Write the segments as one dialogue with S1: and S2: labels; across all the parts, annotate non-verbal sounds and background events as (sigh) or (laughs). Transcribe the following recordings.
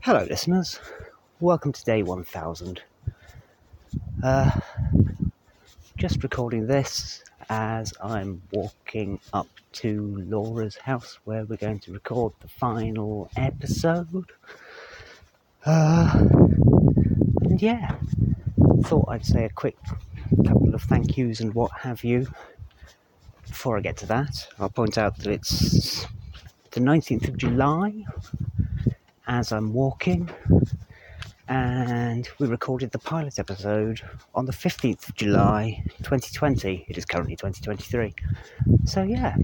S1: Hello, listeners. Welcome to day 1000. Uh, just recording this as I'm walking up to Laura's house where we're going to record the final episode. Uh, and yeah, thought I'd say a quick couple of thank yous and what have you. Before I get to that, I'll point out that it's the 19th of July, as I'm walking. And we recorded the pilot episode on the 15th of July 2020. It is currently 2023. So, yeah,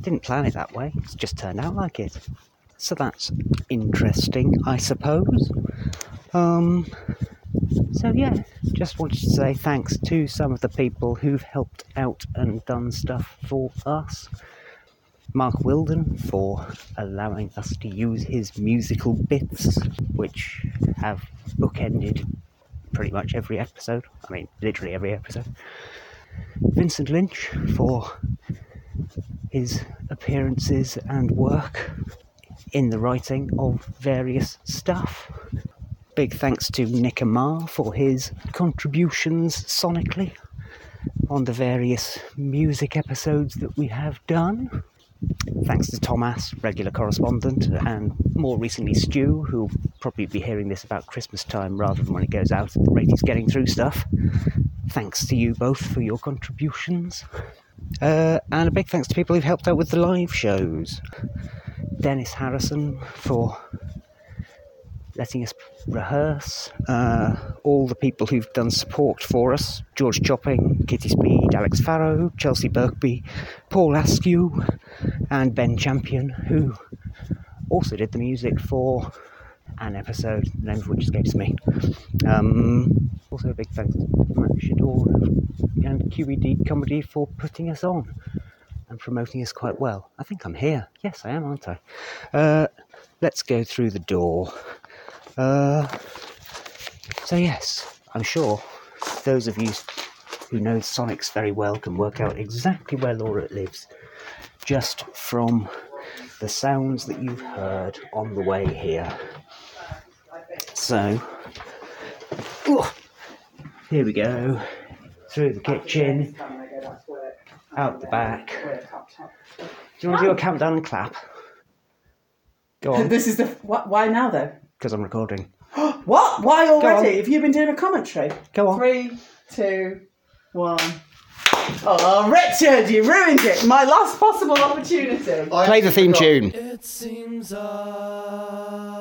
S1: didn't plan it that way, it's just turned out like it. So, that's interesting, I suppose. Um, so, yeah, just wanted to say thanks to some of the people who've helped out and done stuff for us. Mark Wilden for allowing us to use his musical bits, which have bookended pretty much every episode. I mean, literally every episode. Vincent Lynch for his appearances and work in the writing of various stuff. Big thanks to Nick Amar for his contributions sonically on the various music episodes that we have done thanks to Thomas, regular correspondent, and more recently Stu, who'll probably be hearing this about Christmas time rather than when it goes out at the rate he's getting through stuff. Thanks to you both for your contributions. Uh, and a big thanks to people who've helped out with the live shows. Dennis Harrison for letting us rehearse. Uh, all the people who've done support for us George Chopping, Kitty Speed, Alex Farrow, Chelsea Berkby, Paul Askew, and Ben Champion, who also did the music for an episode, the name of which escapes me. Um, also, a big thanks to Matt Shador and QED Comedy for putting us on and promoting us quite well. I think I'm here. Yes, I am, aren't I? Uh, let's go through the door. Uh, so yes, I'm sure those of you who know Sonics very well can work out exactly where Laura lives just from the sounds that you've heard on the way here. So, Ooh, here we go through the kitchen, out the back. Do you want to do a countdown and clap? Go on,
S2: (laughs) This is the wh- why now though.
S1: because I'm recording.
S2: What? Why
S1: on.
S2: already? Have you been doing a commentary?
S1: Go on.
S2: Three, two, one. Oh, Richard, you ruined it. My last possible opportunity.
S1: Play the theme tune.
S3: It seems art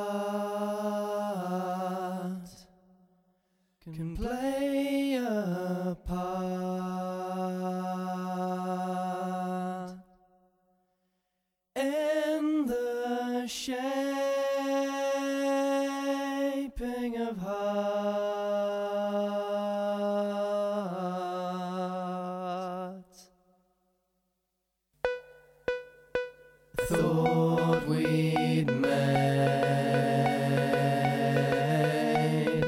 S3: can play a part in the shaping of hearts. thought we'd made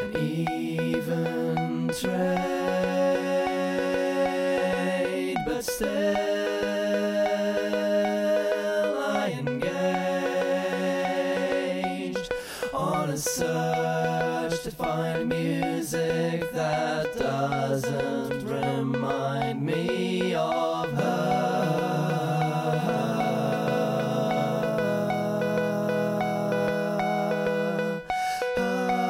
S3: an even trade, but still I engaged on a search to find music that doesn't remind me of her.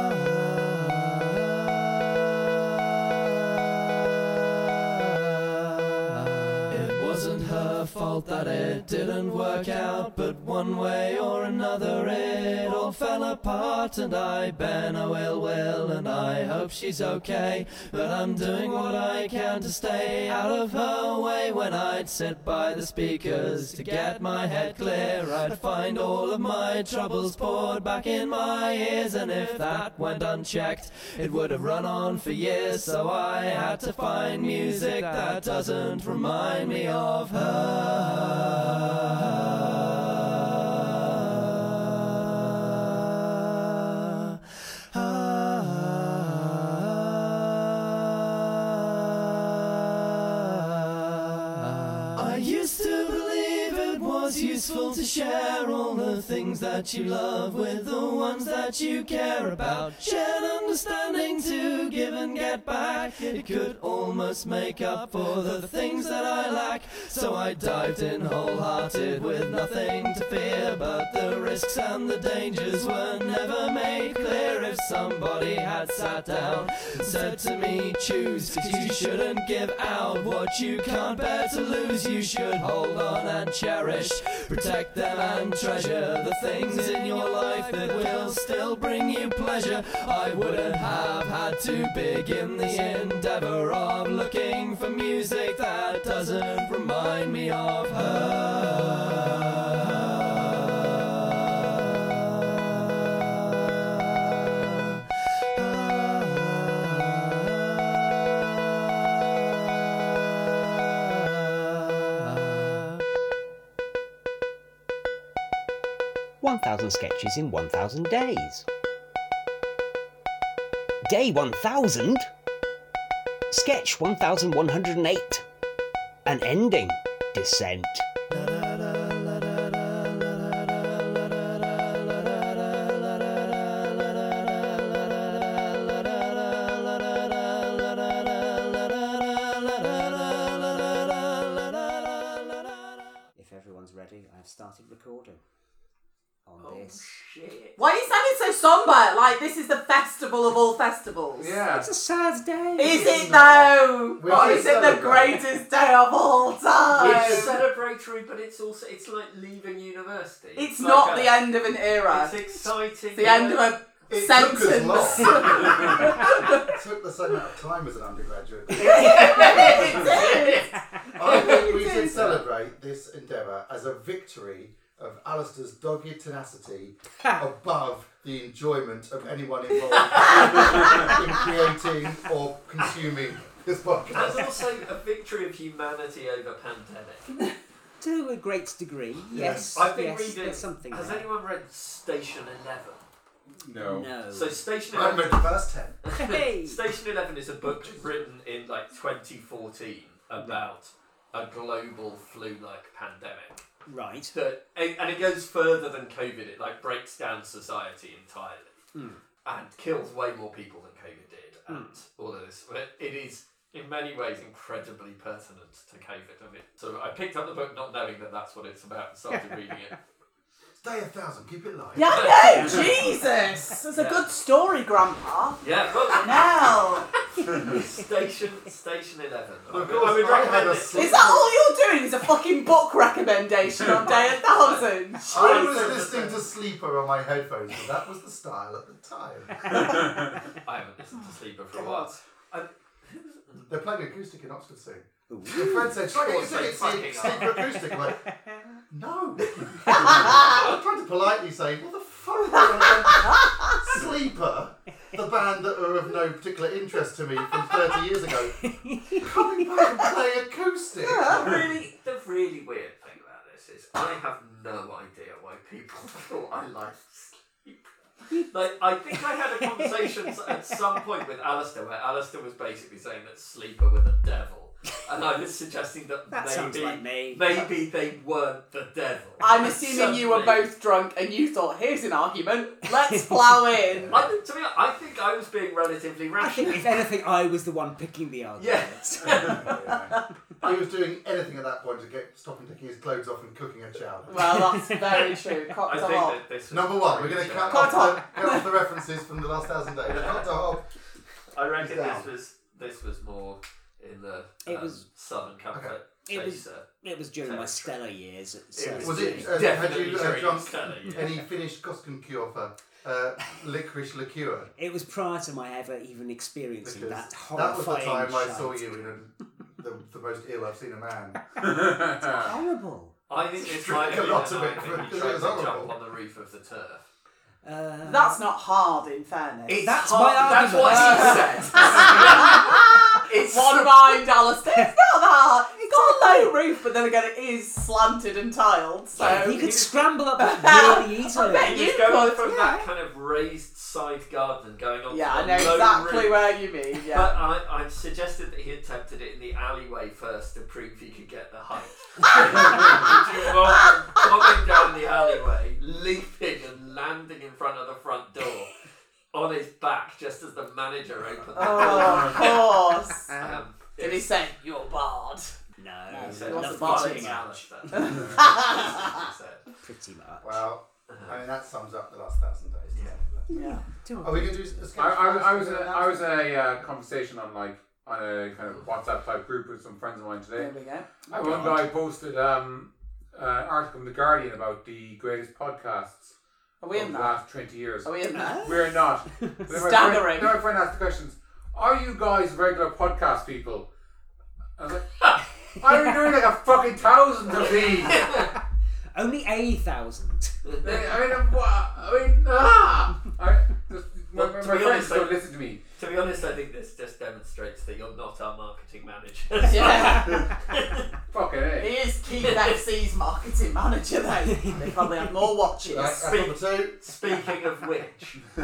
S3: It wasn't her fault that it didn't work out, but one way or another it all fell apart. And I bear no ill will, and I hope she's okay. But I'm doing what I can to stay out of her way. When I'd sit by the speakers to get my head clear, I'd find all of my troubles poured back in my ears. And if that went unchecked, it would have run on for years. So I had to find music that doesn't remind me of her. I used to believe it was
S4: was useful to share all the things that you love with the ones that you care about. Shared understanding to give and get back. It could almost make up for the things that I lack. So I dived in wholehearted with nothing to fear, but the risks and the dangers were never made clear. If somebody had sat down and said to me, choose, 'cause you shouldn't give out what you can't bear to lose. You should hold on and cherish, protect them and treasure the things in your life that will still bring you pleasure. I wouldn't have had to begin the endeavor of looking for music that doesn't remind me of her.
S1: One Thousand Sketches in One Thousand Days. Day One Thousand. Sketch One Thousand One Hundred and Eight. An ending. Descent. If everyone's ready, I've started recording on this.
S2: Why are you sounding so somber? Like this is the festival of all festivals.
S5: Yeah.
S1: It's a sad day.
S2: Is it though?
S5: We
S2: Or
S5: should
S2: is it the
S5: celebrate.
S2: greatest day of all time?
S6: It's celebratory, but it's also it's like leaving university.
S2: It's
S6: like
S2: not
S6: a-
S2: the end of an era.
S6: It's exciting.
S2: It's the end of a
S5: It
S2: sentence.
S5: took us long. it (laughs) took the same amount of time as
S2: (laughs)
S5: an undergraduate.
S2: It is.
S5: I think we should celebrate this endeavour as a victory of Alistair's dogged tenacity above the enjoyment of anyone involved (laughs) in creating or consuming this
S6: That's
S5: podcast.
S6: also a victory of humanity over pandemic.
S3: To a great degree, yes.
S6: I've been
S3: yes,
S6: reading.
S3: There's something
S6: Has
S3: there.
S6: anyone read Station Eleven?
S3: No.
S6: So Station
S5: I read
S6: Eleven.
S5: the first ten.
S3: Hey!
S6: Station Eleven is a book written in like 2014 about a global flu-like pandemic
S3: right.
S6: that, and and it goes further than COVID. It like breaks down society entirely
S5: Hmm.
S6: and kills way more people than COVID did, and all of this. But it is in many ways incredibly pertinent to COVID. I mean, so I picked up the book not knowing that that's what it's about and
S5: (laughs)
S6: started reading it.
S5: Stay a thousand, keep it live.
S2: Yeah, I know, Jesus. It's a
S6: Yeah.
S2: good story, Grandpa.
S6: Yeah, well,
S2: Now,
S6: Station Station Eleven.
S5: Of
S6: I would- I would
S5: course, Oh, I had
S6: recommend
S5: a
S6: it.
S5: sl-
S2: is that all you're doing? Is a fucking book recommendation on Day a Thousand?
S5: I was listening to Sleeper on my headphones, and that was the style at the time.
S6: I haven't listened to Sleeper for a while.
S5: They're playing acoustic in Oxford soon. Your friend said, "Should I get
S6: Fucking
S5: tickets to
S6: fucking
S5: Sleeper acoustic?" I'm like, no. (laughs) I was trying to politely say, "What the fuck?" are they doing?" Sleeper, the band that are of no particular interest to me from 30 years ago, coming back and playing acoustic.
S6: The really, the really weird thing about this is I have no idea why people (laughs) thought I liked sleep. Like, I think I had a conversation s- at some point with Alistair where Alistair was basically saying that sleeper were the devil. And I was suggesting that,
S3: That sounds
S6: maybe,
S3: like me.
S6: maybe they weren't the devil.
S2: I'm assuming you were
S6: Suddenly-
S2: both drunk and you thought, here's an argument, let's plow in.
S6: I, think- to be honest, I think I was being relatively
S3: I think,
S6: rational.
S3: if anything, I was the one picking the argument.
S6: (laughs)
S3: (laughs)
S6: Yes.
S5: He was doing anything at that point to get stop him taking his clothes off and cooking a chowder.
S2: Well, that's very true.
S6: I
S2: Cocked
S6: think
S2: up.
S6: that this was
S5: Number one, we're going to cut off,
S2: Cut
S5: the, cut off the references from the last thousand days. Cut off.
S6: I reckon
S5: down.
S6: this was this was more in the
S3: It
S6: um,
S3: was-
S6: Southern Comfort.
S5: Okay.
S3: It was-
S6: chaser.
S3: It was during my
S6: Territory.
S3: stellar years. At
S6: was
S5: Was it? Uh, had
S6: Definitely
S5: you uh,
S6: during
S5: drunk
S6: Stella, yeah.
S5: any Finnish Koskenkioffer uh, licorice liqueur?
S3: It was prior to my ever even experiencing
S5: Because
S3: that
S5: That was the
S3: horrifying
S5: time I
S3: shite.
S5: saw you in a, the, the most ill I've seen a man.
S3: Horrible.
S6: I think this
S5: Drink
S6: might
S5: a
S6: have been
S5: lot
S6: the
S5: of
S6: night
S5: it,
S6: that
S5: because
S6: you
S5: it
S6: tried to
S5: was
S6: jump
S5: horrible.
S6: on the roof of the turf.
S3: Uh,
S2: That's not hard, in fairness.
S3: That's
S6: hard-
S3: my
S6: That's what he said. (laughs) it's
S2: (laughs) One mind, Alistair. It's not that hard. It's got a low roof, but then again, it is slanted and tiled, so.
S3: Uh, he could scramble
S2: (laughs)
S3: up that really
S2: I
S3: easily.
S2: bet
S6: He was
S2: you
S6: going
S2: could,
S6: from
S2: yeah.
S6: that kind of raised side garden going on.
S2: Yeah,
S6: to
S2: I
S6: the
S2: know
S6: low
S2: exactly
S6: roof.
S2: where you mean, yeah. (laughs)
S6: But I, I suggested that he attempted it in the alleyway first to prove he could get the height. (laughs) bobbing down the alleyway, leaping and landing in front of the front door on his back just as the manager opened the door.
S5: (laughs)
S2: Oh, of course.
S6: Um,
S2: Did he
S6: it's-
S2: say, you're barred?
S3: No,
S6: he
S2: Lots
S6: "That's
S2: of
S6: Barney
S3: pretty
S6: Malice,
S2: (laughs)
S3: much.
S6: that's what he said.
S3: Pretty much.
S5: Wow. I mean, that sums up the last thousand days. doesn't it?
S2: Yeah.
S5: Are we going to do a sketch?
S7: I, I, I was in a,
S5: first?
S7: I was in a uh, conversation on like on a kind of WhatsApp type group with some friends of mine today.
S2: There we go.
S7: And one guy posted um, an article in the Guardian about the greatest podcasts
S2: Are we
S7: of
S2: in
S7: the
S2: that?
S7: last twenty years.
S2: Are we in that?
S7: We're not. Then my friend-
S2: Staggering.
S7: Then my friend asked the questions. Are you guys regular podcast people? I was like, (laughs) are we doing like a fucking thousand of these?
S3: Only a thousand.
S7: I mean, what? I mean, ah! I, just, my,
S6: Well,
S7: my,
S6: to
S7: my
S6: be
S7: friends
S6: honest,
S7: don't
S6: I-
S7: listen to me.
S6: To be honest, I think this just demonstrates that you're not our marketing manager.
S2: (laughs) Yeah.
S7: Fucking
S2: he
S7: it.
S2: is Keith FC's marketing manager, though. They probably have more watches.
S5: Right, (laughs) that's number two.
S6: Speaking of
S2: (laughs)
S6: which, I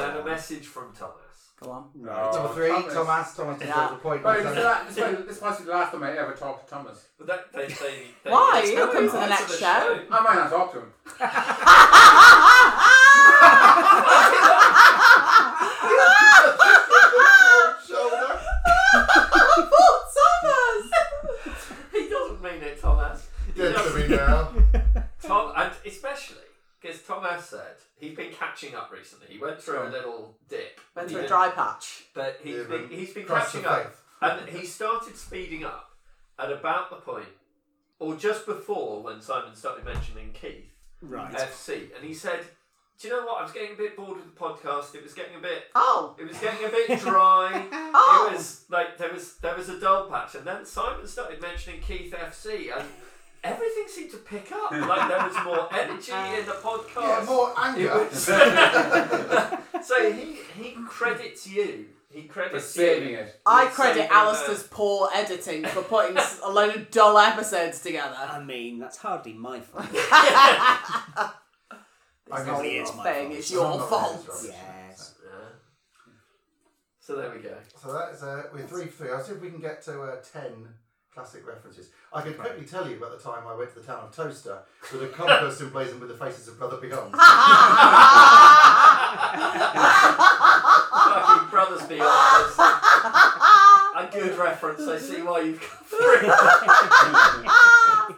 S6: had a message from Thomas.
S2: Go on. (laughs)
S7: No.
S3: Oh,
S5: Number three, Thomas. Thomas, just
S2: Yeah.
S5: got the point.
S7: Right, this, is la- this, might- this must be the last time I ever talked to Thomas.
S6: But that, they, they,
S2: (laughs)
S6: they
S2: Why?
S6: they-
S2: He'll come to the
S6: they-
S2: next
S6: to
S2: show.
S7: I might not talk to him.
S5: Shoulder.
S2: oh, Thomas!
S6: (laughs) He doesn't mean it, Thomas. He
S5: Dead to
S6: doesn't.
S7: (laughs)
S5: me now.
S6: Tom, and especially because Thomas said he's been catching up recently. He went through a little dip,
S2: Went
S6: He
S2: through a
S6: did.
S2: dry patch.
S6: but he's
S5: Yeah,
S6: been,
S5: but
S6: he's been
S5: cross the
S6: catching up,
S5: faith.
S6: and he started speeding up at about the point, or just before when Simon started mentioning Keith
S3: Right.
S6: FC, and he said, "Do you know what? I was getting a bit bored with the podcast. It was getting a bit."
S2: Oh.
S6: It was getting a bit
S2: (laughs)
S6: dry.
S2: Oh.
S6: It was like there was there was a dull patch, and then Simon started mentioning Keith FC, and everything seemed to pick up. Like there was more
S2: (laughs)
S6: energy in the podcast.
S5: Yeah, more
S6: It
S5: anger.
S6: was- (laughs) so he he credits you. He
S7: For
S6: credits
S7: saving
S6: you.
S7: it.
S2: I
S6: You're
S2: credit
S6: saving
S5: uh,
S2: Alistair's
S6: the-
S2: poor editing for putting s- a load of dull episodes together.
S3: I mean, that's hardly my fault.
S2: (laughs)
S5: I
S2: not
S3: Only
S5: mean,
S3: it's
S2: your
S3: my
S2: thing,
S3: fault.
S2: it's
S5: I'm
S2: your
S5: not
S2: fault.
S5: gonna interrupt.
S3: Yes.
S6: Yeah. So there we go.
S5: So that's uh, we're three for three. I'll see if we can get to uh, ten classic references. I can quickly tell you about the time I went to the town of Toaster
S2: (laughs)
S5: with a compass emblazoned with the faces of Brother Beyond.
S6: Fucking brothers be honest. A good reference. I see why you've come (laughs) through. I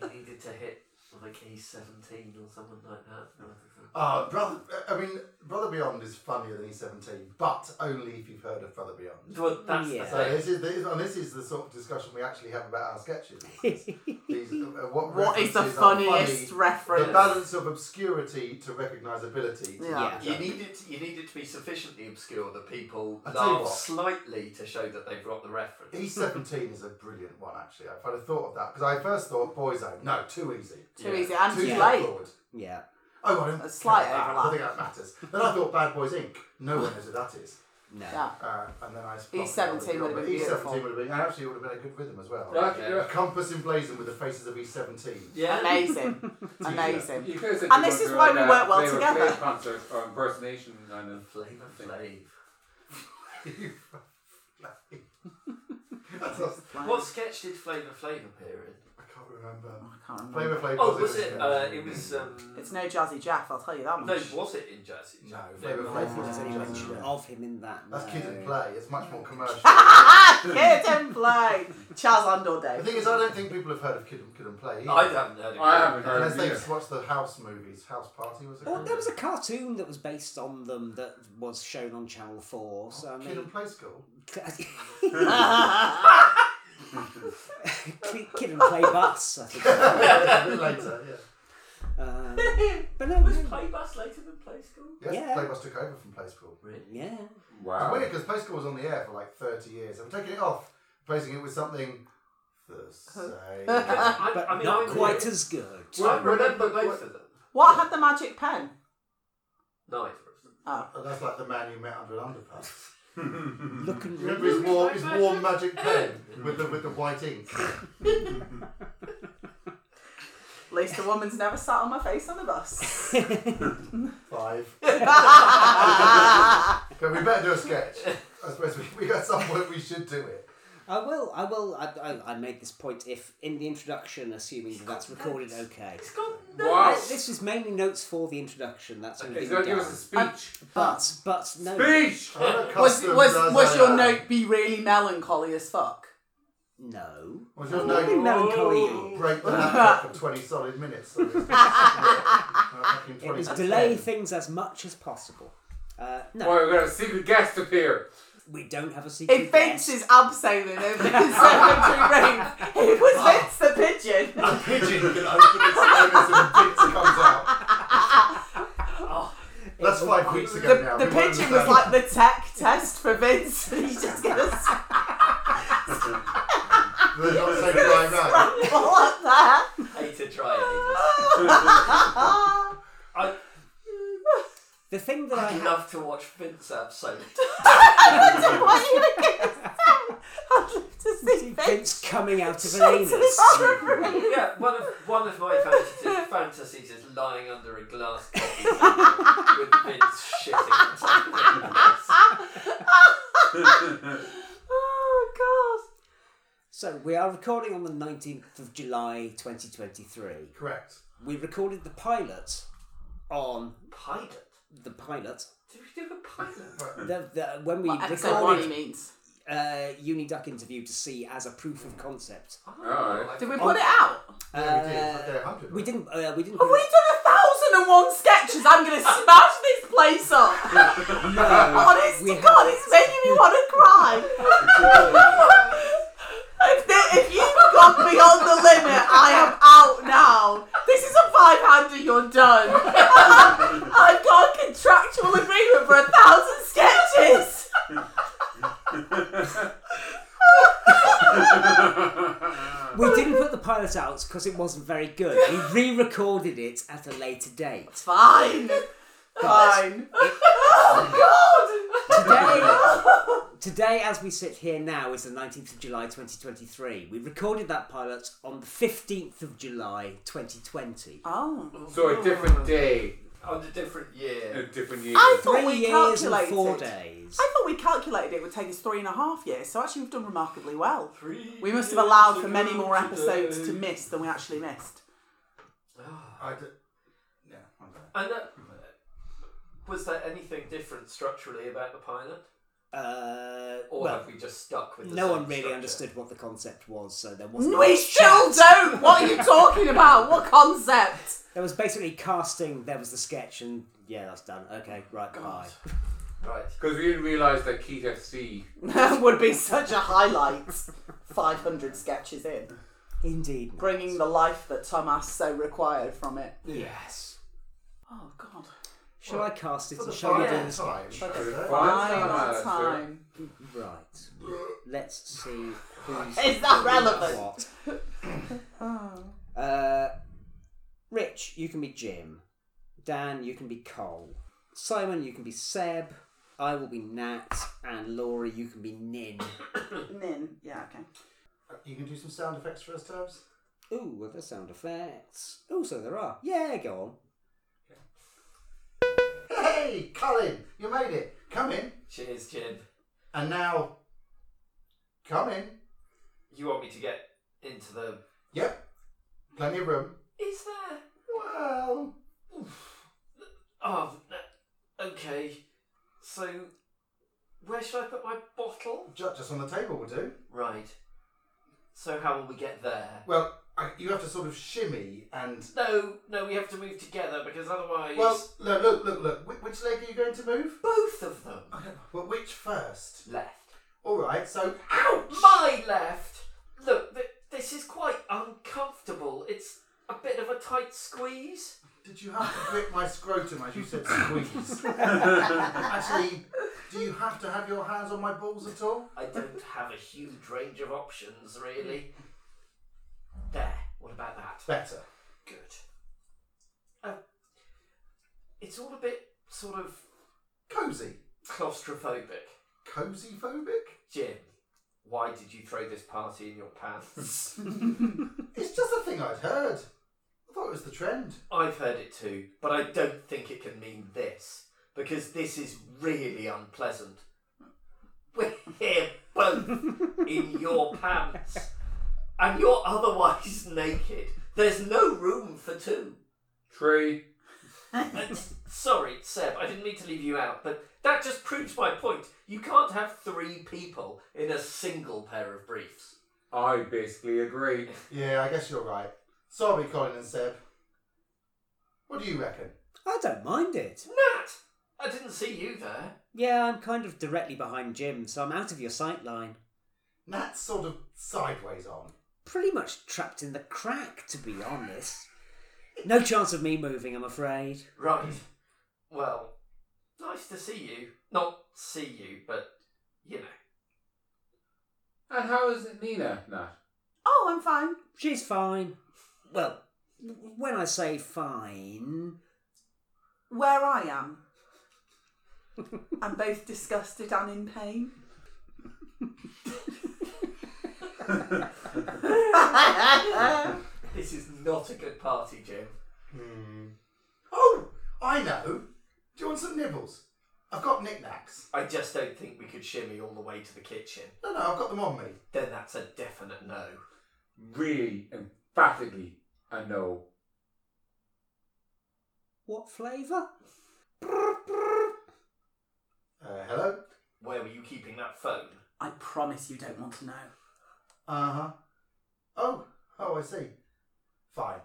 S6: think he needed to hit like he's seventeen or something like that.
S5: Ah, brother, I mean, Brother Beyond is funnier than he's seventeen, but only if you've heard of Brother Beyond.
S6: Well, that's
S3: Yeah.
S6: the
S5: So
S6: thing.
S5: this is this, and this is the sort of discussion we actually have about
S2: (laughs)
S5: our sketches. These, uh, what
S2: What is the
S5: references are funny,
S2: funniest reference?
S5: The balance of obscurity to recognisability. to
S2: Yeah.
S3: Yeah.
S6: You need it. You need it to be sufficiently obscure that people
S5: I tell you
S6: laugh
S5: what.
S6: slightly to show that they've got the reference.
S5: E17 is a brilliant one, actually. If I'd have thought of that, because I first thought Boyzone. No, too easy.
S2: Too
S6: Yeah.
S2: easy and
S5: Too
S2: too
S3: Yeah.
S2: late.
S5: straightforward.
S3: Yeah.
S5: Oh, well, I don't
S2: A slight
S5: care about that. I don't think that matters. Then I thought Bad Boys Inc. No one knows who that is.
S3: No.
S2: Yeah.
S5: Uh, and then I
S2: E17 would have been beautiful.
S5: E17 would have been, and actually it would have been a good rhythm as well.
S7: Like,
S6: Yeah.
S5: A compass emblazoned with the faces of E17. (laughs)
S6: Yeah.
S2: Amazing. Amazing.
S7: You could have said
S2: And
S7: you
S2: this
S7: were
S2: is
S7: doing,
S2: why we
S7: uh,
S2: work well
S7: Flavor
S2: together.
S7: Flav concert or impersonation kind of
S6: Flavor
S7: thing.
S6: Flav. (laughs)
S5: That's us.
S6: What sketch did Flavor Flav appear in?
S5: I can't remember.
S2: I can't remember.
S5: Flavor Flav
S6: Oh,
S5: was,
S6: was it?
S5: in
S6: Uh, it was. Um,
S2: It's no Jazzy Jaff, I'll tell you that
S6: no,
S2: much.
S6: was it in Jersey?
S5: No, Flavor
S6: no.
S5: Flav
S3: There's
S5: was
S3: any
S5: in
S3: mention
S5: Jersey.
S3: of him in that.
S5: That's
S3: no.
S5: Kid
S6: uh,
S5: and Play. It's much more
S2: (laughs)
S5: commercial.
S2: Ah, (laughs) Kid and play. Chaz Andor
S5: The
S2: Day.
S5: thing is, I don't think people have heard of Kid and, Kid and Play. either.
S6: I haven't heard it.
S7: I haven't heard
S5: Unless
S7: of it.
S5: they've watched the House movies. House Party was it?
S3: Well, there Oh, was a cartoon that was based on them that was shown on Channel 4, so I
S5: Kid
S3: mean...
S5: and
S3: (laughs)
S5: Play School.
S3: Kid and Play Bus, I
S5: (laughs)
S3: think.
S5: a bit later, yeah.
S3: Um, but no,
S6: Was
S3: no.
S6: Play Bus later than Play School?
S5: Yes,
S3: Yeah.
S5: Playbus took over from Play School.
S6: Really?
S3: Yeah.
S5: It's
S7: Wow.
S5: weird because Play School was on the air for like 30 years. I'm taking it off, replacing it with something the same.
S3: (laughs)
S6: I,
S3: But
S6: I mean,
S3: not
S6: I
S3: quite
S6: remember-
S3: as good.
S6: I remember both of them.
S2: (laughs) What had the magic pen?
S6: Neither of them.
S2: Oh.
S5: And that's like the man you met under an underpass.
S3: (laughs) Look and
S5: Remember his warm, his
S3: (laughs)
S5: warm magic pen with the, with the white ink?
S2: At least the woman's never sat on my face on the
S5: (laughs)
S2: bus.
S3: (laughs)
S5: Five.
S3: (laughs)
S5: okay, we better do a sketch. I suppose we, we at some point we should do it.
S3: I will. I will. I, I, I made this point if in the introduction, assuming that that's recorded, okay.
S6: It's got no.
S7: Wow.
S3: Uh, This is mainly notes for the introduction. That's
S7: He's
S3: already
S7: going to give
S3: done.
S7: us a speech.
S3: But but no.
S7: Speech!
S2: Was, was, was your note be really melancholy as fuck?
S3: No.
S5: Was your
S3: Not
S5: note
S3: melancholy.
S6: oh,
S5: break the laptop for 20 solid minutes? on this? Fucking
S3: It was
S5: 20%.
S3: delay things as much as possible. Uh, no,
S7: Boy, we've got a secret guest appear.
S3: we don't have a secret.
S2: If Vince
S3: guest.
S2: is abseiling over the
S5: (laughs)
S2: conservatory ring, it was Vince the pigeon.
S5: A pigeon can open its anus and bits comes out. That's five weeks ago now.
S2: The, the
S5: We won't
S2: pigeon was
S5: understand.
S2: like the tech test for Vince. (laughs) He's just gonna
S5: (laughs) They're not so dry now.
S2: scramble up there.
S6: Hate to try it. I
S3: the thing that I
S6: would
S3: have.
S6: love to watch Vince absent.
S2: What are you gonna say? I'd love to see Vince.
S3: Vince coming
S6: (laughs)
S3: out of an
S2: shut to
S3: anus.
S2: the other room.
S6: (laughs) yeah, one of one of my fantasies, fantasies is lying under a glass coffee table with Vince shitting. outside.
S2: Oh
S3: So we are recording on the nineteenth of July, twenty twenty-three.
S5: Correct.
S3: We recorded the pilot on
S6: Pilot.
S3: the pilot.
S6: Did we do a pilot?
S3: The, the, when we
S2: god. Episode one he
S3: recorded
S2: means.
S3: uh, Uni Duck interview to see as a proof of concept.
S7: Alright.
S2: Did we put it out?
S5: Yeah, we did. It's like day 100.
S3: We didn't. Uh, we didn't.
S2: Oh, we've done a thousand and one sketches. I'm gonna smash this place up. Honest
S3: we
S2: to God, it's making me want to cry.
S6: (laughs)
S2: if, the, if you've gone beyond the limit, I am out now. This is a five-hander. You're done. (laughs) I've got a contractual agreement for a thousand sketches.
S3: We didn't put the pilot out because it wasn't very good.
S2: (laughs)
S3: We re-recorded it at a later date.
S2: Fine. Fine. oh
S3: Today,
S2: (laughs)
S3: today, as we sit here now, is the 19th of July 2023. We recorded that pilot on the 15th of July 2020.
S2: God. Oh.
S7: (laughs) So a different day,
S6: On a different
S7: a
S6: year.
S7: different year.
S2: I thought
S3: Three
S2: we
S3: years and four
S2: calculated.
S3: days.
S2: I thought we calculated it would take us three and a half years, so actually we've done remarkably well.
S6: Three
S2: We must have
S6: years
S2: allowed for
S6: ago
S2: many more
S6: today.
S2: episodes to miss than we actually missed.
S5: I did. Yeah, I'm done.
S6: And that, was there anything different structurally about the pilot,
S3: Uh,
S6: or
S3: well,
S6: have we just stuck with? The
S3: no
S6: same
S3: one really
S6: structure?
S3: understood what the concept was, so there wasn't.
S2: We still don't! What are you talking about? What concept?
S3: There was basically casting. There was the sketch, and yeah, that's done. Okay, right, bye.
S6: Right.
S7: Because we didn't realise that Keith FC.
S2: would be such a highlight. 500 sketches in.
S3: Indeed. not.
S2: Bringing the life that Thomas so required from it.
S3: Yes.
S2: Oh, God.
S3: Shall I cast it
S5: For
S3: and
S5: the
S3: shall we do
S5: final
S3: this?
S5: time.
S2: Final time.
S3: Right. Let's see who's.
S2: Is that relevant?
S3: What? (coughs) uh, Rich, you can be Jim. Dan, you can be Cole. Simon, you can be Seb. I will be Nat. And Laura, you can be Nin.
S2: Nin. Yeah, okay.
S5: You can do some sound effects for us, Tabs?
S3: Ooh, are there sound effects? Ooh, so there are. Yeah, go on.
S5: Hey, Colin, you made it. Come in.
S6: Cheers, Jim.
S5: And now, come in.
S6: You want me to get into the?
S5: Yep. Plenty of room.
S6: Is there?
S5: Well,
S6: Oh, no. okay. So, where should I put my bottle?
S5: ju- just on the table will do.
S6: Right. So how will we get there?
S5: Well, I, you have to sort of shimmy and.
S6: No, no, we have to move together because otherwise,
S5: Well, look, look, look, look. Wh- which leg are you going to move?
S6: both of them
S5: Well, which first?
S6: left.
S5: All right. So,
S6: Ouch! My left. Look, th- this is quite uncomfortable. It's a bit of a tight squeeze.
S5: did you have to grip my scrotum as you said squeeze? Actually, do you have to have your hands on my balls at all?
S6: I don't have a huge range of options, really. There. What about that?
S5: Better.
S6: Good. Uh, it's all a bit sort of
S5: Cozy.
S6: claustrophobic.
S5: Cozy phobic?
S6: Jim, why did you throw this party in your pants?
S5: It's just a thing I'd heard. I thought it was the trend.
S6: I've heard it too, but I don't think it can mean this because this is really unpleasant. We're here both in your pants, and you're otherwise (laughs) naked. There's no room for two.
S7: Tree.
S6: And sorry, Seb, I didn't mean to leave you out, but that just proves my point. You can't have three people in a single pair of briefs.
S7: I basically agree.
S5: Yeah, I guess you're right. Sorry, Colin and Seb. What do you reckon?
S3: I don't mind it.
S6: Nat, I didn't see you there.
S3: Yeah, I'm kind of directly behind Jim, so I'm out of your sight line.
S5: Nat's sort of sideways on.
S3: Pretty much trapped in the crack, to be honest. No chance of me moving, I'm afraid.
S6: Right. Well, nice to see you. Not see you, but you know.
S7: And how is Nina, Nat?
S2: (laughs) Oh, I'm fine.
S3: She's fine. Well, w- when I say fine,
S2: Where I am. I'm both disgusted and in pain.
S6: This is not a good party, Jim.
S5: Hmm. Oh, I know. Do you want some nibbles? I've got knickknacks.
S6: I just don't think we could shimmy all the way to the kitchen.
S5: No, no, I've got them on me.
S6: Then that's a definite no.
S7: Really emphatically a no.
S3: what flavour?
S5: Uh, hello?
S6: Where were you keeping that phone?
S2: I promise you don't want to know.
S5: Uh huh. Oh, oh, I see. Fine.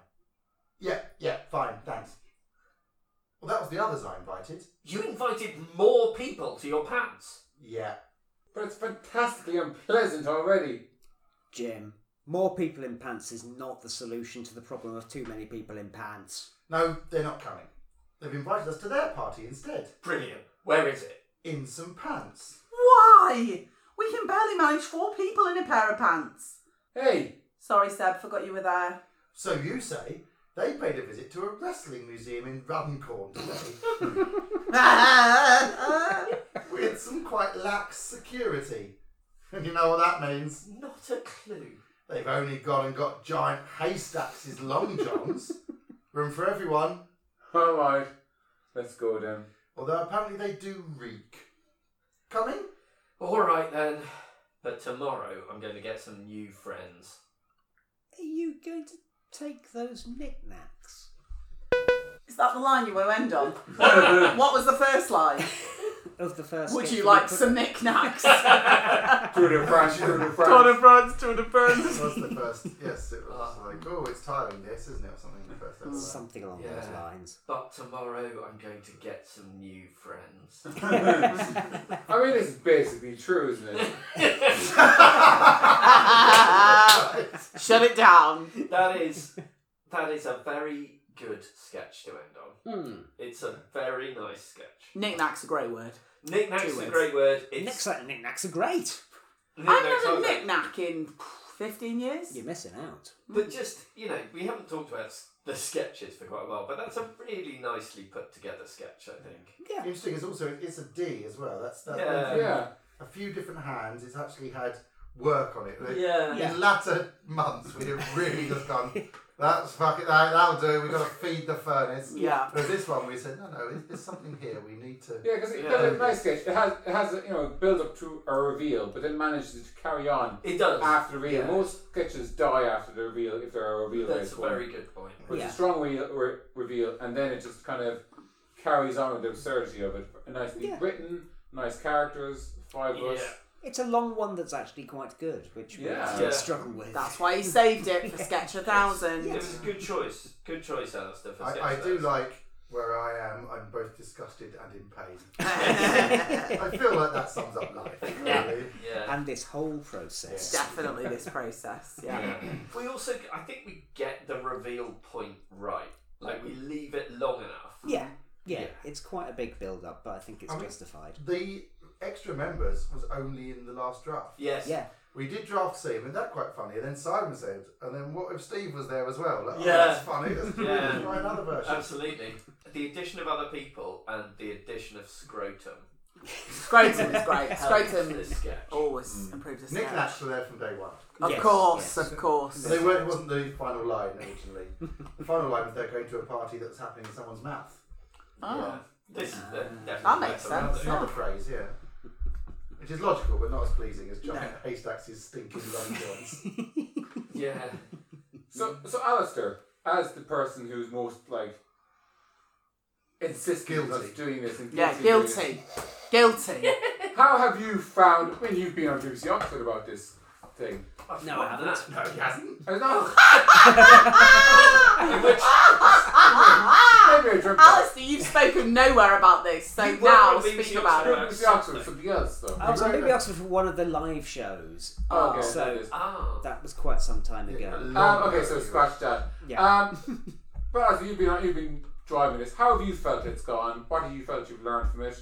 S5: Yeah, yeah, fine, thanks. Well, that was the others I invited.
S6: You invited more people to your pants.
S5: Yeah.
S7: But it's fantastically unpleasant already.
S3: Jim, more people in pants is not the solution to the problem of too many people in pants.
S5: No, they're not coming. They've invited us to their party instead.
S6: Brilliant. Where is it?
S5: In some pants.
S2: Why? We can barely manage four people in a pair of pants.
S7: Hey,
S2: Sorry, Seb, forgot you were there.
S5: So you say they paid a visit to a wrestling museum in Runcorn today with some quite lax security. (laughs) And you know what that means?
S6: Not a clue.
S5: They've only gone and got giant haystacks as long johns. Room for everyone.
S7: alright, let's go then. (laughs)
S5: Although apparently they do reek. Coming?
S6: All right then. But tomorrow I'm going to get some new friends.
S3: Are you going to take those knickknacks?
S2: Is that the line you want to end
S6: (laughs)
S2: on? what was the first line?
S3: Of the first.
S2: Would
S3: gift
S2: you
S3: we
S2: like
S3: put-
S2: some
S3: (laughs)
S2: knickknacks?
S7: Tour de France, Tour
S5: (laughs)
S7: de
S6: (laughs)
S7: France.
S2: France, Tour de France.
S5: That was the first. Yes, it was like, oh, it's tiring this, isn't it? Or something. The first episode.
S3: Something along those
S6: Yeah.
S3: lines.
S6: But tomorrow I'm going to get some new friends. (laughs)
S7: I mean, it's basically true, isn't it?
S2: (laughs) Shut it down.
S6: that is that is a very good sketch to end on.
S3: Hmm.
S6: It's a very nice sketch.
S2: Knickknacks a great word.
S6: Knick
S2: Two
S6: knack's a
S2: words.
S6: great word. It's
S3: Knickknacks, like knickknacks are great.
S2: I've
S6: knick-knacks
S2: never
S6: are great.
S2: knickknack in fifteen years.
S3: You're missing out.
S6: But just you know, we haven't talked about s- the sketches for quite a while, but that's a really nicely put together sketch, I think.
S3: Yeah.
S5: Interesting is also it's a D as well. That's that.
S6: Yeah.
S7: yeah.
S5: A few different hands. It's actually had work on it. Like,
S6: Yeah.
S5: In latter months, we have really just gone. That's fucking that, that'll do. We've got to feed the furnace.
S2: Yeah.
S5: But this one, we said no, no. There's, there's something here. We need to.
S7: Yeah, because
S6: Yeah.
S7: it's a nice sketch. It has, it has a, you know, build up to a reveal, but then manages to carry on
S6: It does.
S7: after the reveal.
S6: Yeah.
S7: Most sketches die after the reveal if there are a reveal.
S6: That's a
S7: later on.
S6: very good point.
S7: But
S3: Yeah.
S7: It's a strong re- re- reveal, and then it just kind of carries on with the absurdity of it. Nicely
S3: Yeah.
S7: written, nice characters, five of us.
S6: Yeah.
S3: It's a long one that's actually quite good, which we
S7: Yeah.
S3: still
S6: Yeah.
S3: struggle with.
S2: That's why he saved it for Sketch a Thousand.
S6: It was a good choice. Good choice, Alistair. For sketch
S5: I, I do
S6: those.
S5: like where I am. I'm both disgusted and in
S6: (laughs)
S5: pain. I feel like that sums up life. Really.
S6: Yeah.
S3: and this whole
S2: (laughs)
S3: process.
S2: Definitely this process. Yeah.
S6: yeah. (clears throat) we also, I think we get the reveal point right. Like we leave it long enough.
S3: Yeah. Yeah,
S6: Yeah.
S3: it's quite a big build up, but I think it's
S5: I mean-
S3: justified.
S5: The extra members was only in the last draft.
S6: Yes.
S3: Yeah,
S5: We did draft Seaman, that quite funny, and then Simon said, and then what if Steve was there as well? Like, oh,
S6: Yeah.
S5: that's funny, let's
S6: (laughs) Yeah.
S5: try another version.
S6: Absolutely. The addition of other people and the addition of scrotum.
S2: Scrotum is great.
S6: helps Mm.
S2: Scrotum Oh.
S6: This sketch.
S2: always improves the
S5: Nick
S2: sketch.
S5: Nash were there from day one.
S2: Of
S3: Yes,
S2: course,
S3: yes.
S2: of course.
S5: They weren't, it wasn't the final line originally. the final line was they're going to a party that's happening in someone's mouth.
S2: Oh.
S6: This is the, definitely
S2: That makes
S6: better
S2: sense.
S5: That's
S6: than others.
S5: another phrase, yeah. which is logical but not as pleasing as John
S2: No.
S5: Haystack's stinking long johns.
S6: Yeah.
S7: So, so Alistair, as the person who's most like insistent on
S5: Guilty.
S7: us doing this and
S2: Yeah,
S7: doing this,
S2: guilty. Guilty.
S7: How have you found? I mean, you've been on BBC Oxford about this thing.
S3: No, I haven't.
S6: No, he hasn't.
S7: I don't
S6: In
S7: know.
S6: which
S7: Maybe I dreamt that.
S2: Alistair, you've spoken nowhere about this, so
S6: You were
S2: now
S6: on
S2: speak
S6: BBC
S2: about it.
S6: Oxford.
S7: BBC Oxford, something else though.
S3: I was on maybe asked for one of the live shows.
S7: Oh, okay,
S3: so-
S7: there it is.
S6: ah,
S3: That was quite some time ago.
S7: Um, okay, so scratch that.
S3: Yeah.
S7: Um, but Alistair, you've been on- you've been driving this. How have you felt it's gone? What have you felt you've learned from it?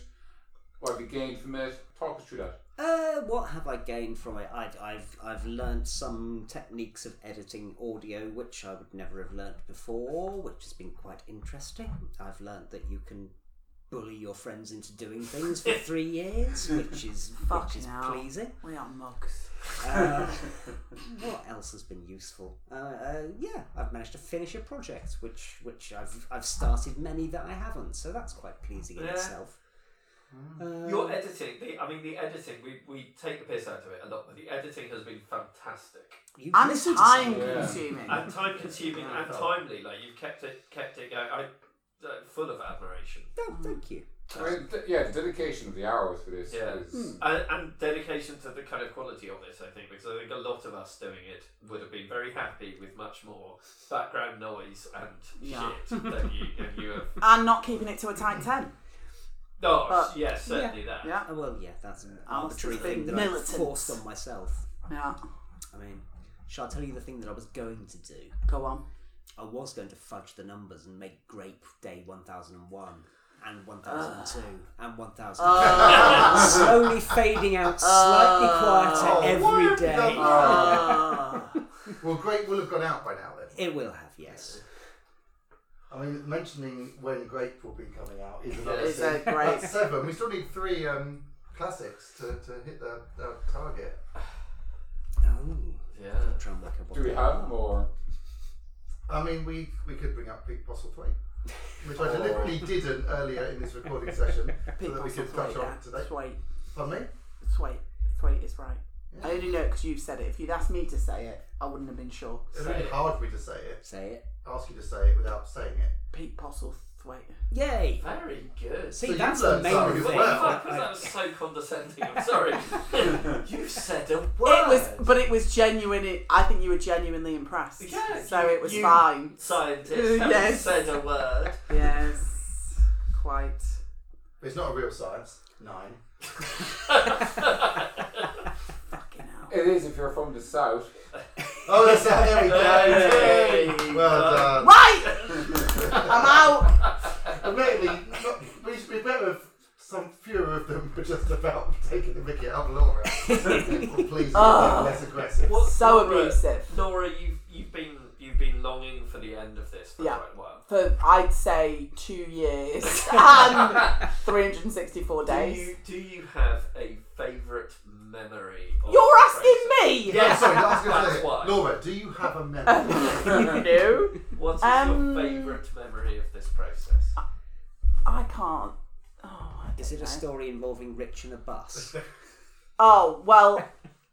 S7: What have you gained from it? Talk us through that.
S3: Uh, what have I gained from it? I, I've I've learnt some techniques of editing audio which I would never have learnt before, which has been quite interesting. I've learnt that you can bully your friends into doing
S2: (laughs)
S3: things for three years, which is which
S2: Fucking
S3: is
S2: hell.
S3: pleasing.
S2: (laughs) We are mugs.
S3: Uh, what else has been useful? Uh, uh, yeah, I've managed to finish a project, which which I've I've started many that I haven't, so that's quite pleasing in
S6: Yeah.
S3: itself.
S2: Um,
S3: Uh,
S6: your editing. The, I mean, the editing. We, we take the piss out of it a lot, but the editing has been fantastic
S3: you've
S2: And it's
S3: listened to
S2: time
S3: some-
S7: Yeah.
S2: consuming.
S6: and time consuming and timely. Like you've kept it kept it going. I, uh, full of admiration.
S3: Oh, thank you.
S7: I mean, th- yeah, the dedication of the hours for this
S6: Yeah,
S7: is.
S2: Hmm.
S6: and, and dedication to the kind of quality of this, I think, because I think a lot of us doing it would have been very happy with much more background noise and
S2: Yeah.
S6: shit than you, than you have.
S2: (laughs) And not keeping it to a tight 10.
S6: Oh,
S2: But-
S6: yes, certainly that.
S2: Yeah.
S3: Oh, well, yeah, that's an
S2: Alice
S3: arbitrary
S2: has been
S3: thing that I
S2: militant.
S3: forced on myself.
S2: Yeah.
S3: I mean, shall I tell you the thing that I was going to do?
S2: Go on.
S3: I was going to fudge the numbers and make Grape Day 1001 and 1002
S6: Ah.
S3: and 1003. (laughs) Slowly fading out, slightly
S6: Ah.
S3: quieter
S5: why
S3: every
S5: have you
S3: day.
S5: done well, Grape will have gone out by now then.
S3: It will have, yes.
S5: I mean, mentioning when Grape will be coming out is another
S2: It's
S5: thing.
S2: a great-
S5: That's seven. We still need three um, classics to, to hit their, their target.
S3: Oh,
S6: Yeah.
S3: try and work out what
S7: Do we
S3: they
S7: have
S3: are.
S7: more?
S5: I mean, we we could bring up Pete Postlethwaite, which I deliberately didn't earlier in this recording session, so that we could touch on today.
S2: Sweet.
S5: Pardon me?
S2: Sweet. Sweet is right. I only know it because you've said it. If you'd asked me to say it, I wouldn't have been sure.
S5: It's really
S6: it.
S5: hard for me to say it.
S3: Say it.
S5: Ask you to say it without saying it.
S2: Pete Postlethwaite.
S3: Yay!
S6: Very good.
S3: See,
S5: So you
S3: that's the
S5: learned
S3: main
S5: something
S3: thing.
S5: as well.
S6: Fuck, that was so condescending. I'm (laughs) sorry. you said a word.
S2: It was, but it was genuine. It, I think you were genuinely impressed.
S6: Yeah,
S2: so
S6: you-
S2: it was
S6: you-
S2: fine.
S6: Scientist
S2: Uh,
S6: having
S2: yes.
S6: said a word.
S2: Yes, quite.
S5: It's not a real science. Nine.
S2: Fucking hell.
S7: It is if you're from the south.
S5: Oh, that's how there we go.
S6: Hey.
S5: Well done.
S2: Right,
S5: (laughs)
S2: I'm out.
S5: Admittedly, not, we should be better if some fewer of them were just about taking the mickey out of Laura. People pleasing, being less aggressive.
S6: What-
S2: So
S6: Laura-
S2: abusive.
S6: Laura, you've you've been you've been longing for the end of this for
S2: Yeah.
S6: quite a while.
S2: For I'd say two years (laughs) and 364
S6: Do
S2: days.
S6: you, do you have a favourite memory? Of
S2: You're
S6: the
S2: asking
S6: process?
S2: me.
S5: I'm sorry, last
S6: That's
S5: thing.
S6: why.
S5: Laura, do you have a memory?
S2: No,
S6: What is
S2: Um,
S6: your favourite memory of this process?
S2: I can't. Oh, I
S3: Is it
S2: don't
S3: a
S2: know.
S3: story involving Rich and a
S5: (laughs)
S3: bus?
S2: Oh well,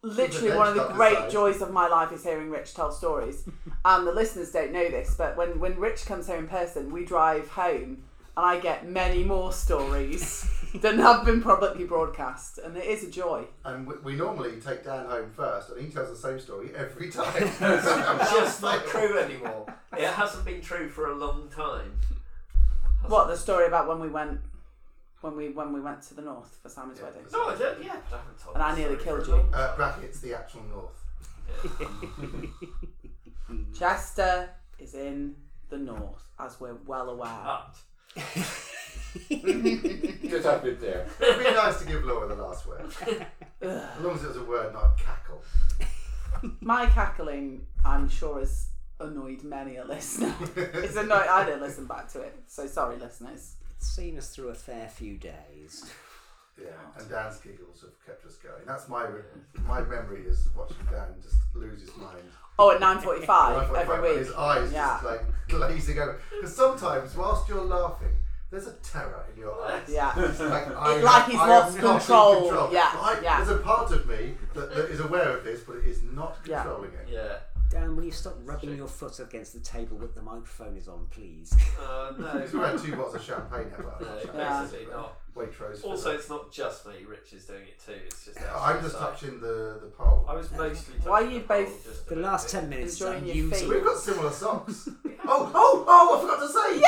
S2: literally one of the
S5: Revenge
S2: great
S5: episode.
S2: joys of my life is hearing Rich tell stories. And the listeners don't know this, but when when Rich comes here in person, we drive home, and I get many more stories
S6: (laughs)
S2: than have been publicly broadcast, and it is a joy.
S5: and we, we normally take Dan home first, and he tells the same story every (laughs) time. It's
S6: Just
S5: (laughs)
S6: not true anymore. It hasn't been true for a long time.
S2: What the story about when we went when we when we went to the north for Simon's wedding?
S6: No, I don't. Yeah, but I haven't told.
S2: And I
S6: this
S2: nearly
S6: story
S2: killed
S6: for a
S2: you.
S6: long
S5: Uh,
S6: time.
S5: brackets the actual north.
S2: Chester is in the north, as we're well aware.
S6: But
S7: Just that bit there.
S5: It'd be nice to give Laura the last
S2: (laughs)
S5: word, as long as it was a word, not a cackle.
S2: My cackling, I'm sure, has annoyed many a (laughs) listener. it's annoyed. I didn't listen back to it, so sorry, listeners.
S3: it's seen us through a fair few days.
S5: Yeah, and Dan's giggles have kept us going. That's my my memory is watching Dan just lose his mind.
S2: Oh, at (laughs) nine
S5: And I
S2: forty-five
S5: thought about
S2: every
S5: His
S2: week.
S5: eyes
S2: Yeah.
S5: (laughs) just like glazing over. Because sometimes, whilst you're laughing, there's a terror in your
S2: (laughs)
S5: eyes.
S2: Yeah.
S5: Like, I,
S2: It- like he's
S5: I am
S2: lost
S5: not in
S2: control. Yeah,
S5: I-
S2: yeah.
S5: There's a part of me that, that is aware of this, but it is not
S2: Yeah.
S5: controlling it.
S6: Yeah.
S3: Dan, Um, will you stop rubbing your foot against the table that the microphone is on,
S2: (laughs)
S3: please?
S6: Uh, no.
S5: We've had two bottles of champagne now.
S6: No,
S5: but-
S2: Yeah.
S6: basically not.
S5: Waitrose. for
S6: Also,
S5: that.
S6: it's not just me. Rich is doing it too. It's just.
S5: I'm just
S6: outside.
S5: touching the, the pole.
S6: I was mostly. touching
S2: Why are you
S6: the pole
S2: both-
S6: just a
S3: The
S6: bit.
S3: last ten minutes is
S2: Enjoying your
S3: unusual.
S5: We've got similar socks.
S6: (laughs)
S5: oh, oh, oh, I forgot to say!